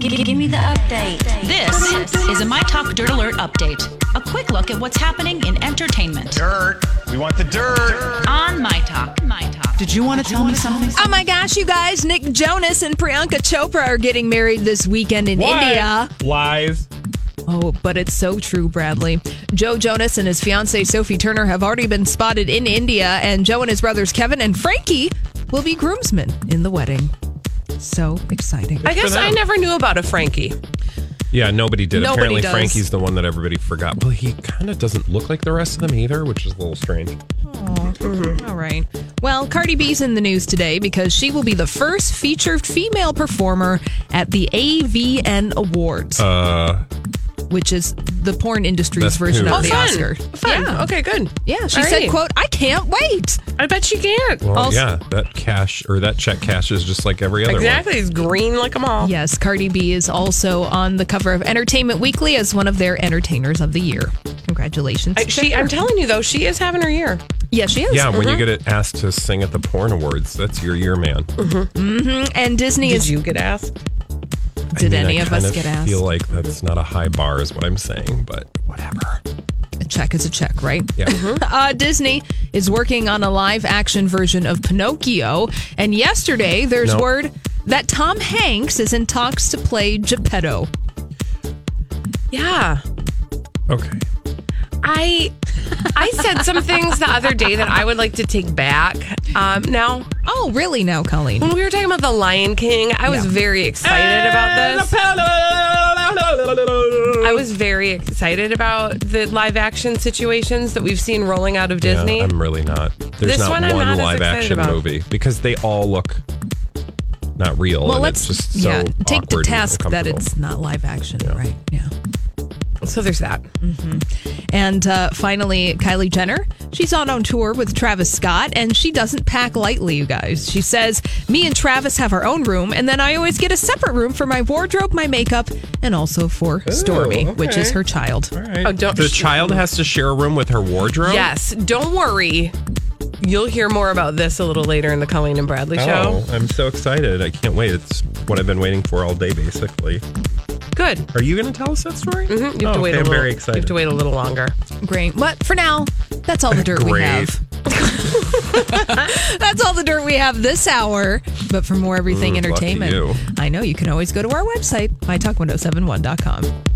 Give, give me the update. This is a My Talk Dirt Alert update. A quick look at what's happening in entertainment Dirt. We want the dirt. on My Talk. My Talk. Did you want to tell me something? Oh my gosh, you guys, Nick Jonas and Priyanka Chopra are getting married this weekend in India. Lies. Oh, but it's so true, Bradley. Joe Jonas and his fiancee Sophie Turner have already been spotted in India, and Joe and his brothers Kevin and Frankie will be groomsmen in the wedding. So exciting. I guess I never knew about a Frankie. Yeah, nobody did. Nobody Apparently, does. Frankie's the one that everybody forgot. Well, he kind of doesn't look like the rest of them either, which is a little strange. All right. Well, Cardi B's in the news today because she will be the first featured female performer at the AVN Awards, Uh, which is the porn industry's That's version who? of Oh, the fun. Oscar. Fun. Yeah. Okay, good. Yeah, she All said, right. "quote I can't wait." I bet she can't. well, Also- yeah, that cash or that check cash is just like every other exactly. He's green like them all. Yes, Cardi B is also on the cover of Entertainment Weekly as one of their entertainers of the year. Congratulations! I, she, I'm telling you though, she is having her year. yeah, she is. one. Yeah, when you get asked to sing at the porn awards, that's your year, man. and Disney Did is. you get asked? Did I mean, any I of kind us get asked? feel like that's not a high bar, is what I'm saying, but whatever. a check is a check, right? Yeah. Uh, Disney is working on a live action version of Pinocchio, and yesterday there's No. word that Tom Hanks is in talks to play Geppetto. Yeah. Okay. I I said some things the other day that I would like to take back. Um, now, Oh, really? Now, Colleen? Mm. when we were talking about the Lion King, I was Yeah. very excited about this. I was very excited about the live action situations that we've seen rolling out of Yeah, Disney. I'm really not. This There's not one one, I'm not as live excited action about. movie because they all look not real. well, and let's it's just so yeah take the awkward and task that uncomfortable. it's not live action, right? Yeah. so there's that. And uh, finally, Kylie Jenner. She's out on tour with Travis Scott, and she doesn't pack lightly, you guys. She says, Me and Travis have our own room, and then I always get a separate room for my wardrobe, my makeup, and also for Stormy, which is okay. her child. All right. Oh, don't- the child has to share a room with her wardrobe. Yes, don't worry. You'll hear more about this a little later in the Colleen and Bradley Oh, show. I'm so excited! I can't wait. It's what I've been waiting for all day, basically. Good. Are you going to tell us that story? Mhm, You have oh, to wait a little. okay, I'm very You have excited. to wait a little longer. Great. But for now, that's all the dirt we Great. have. That's all the dirt we have this hour. But for more everything Ooh, lucky entertainment, you. oh I know you can always go to our website, mytalk1071.com.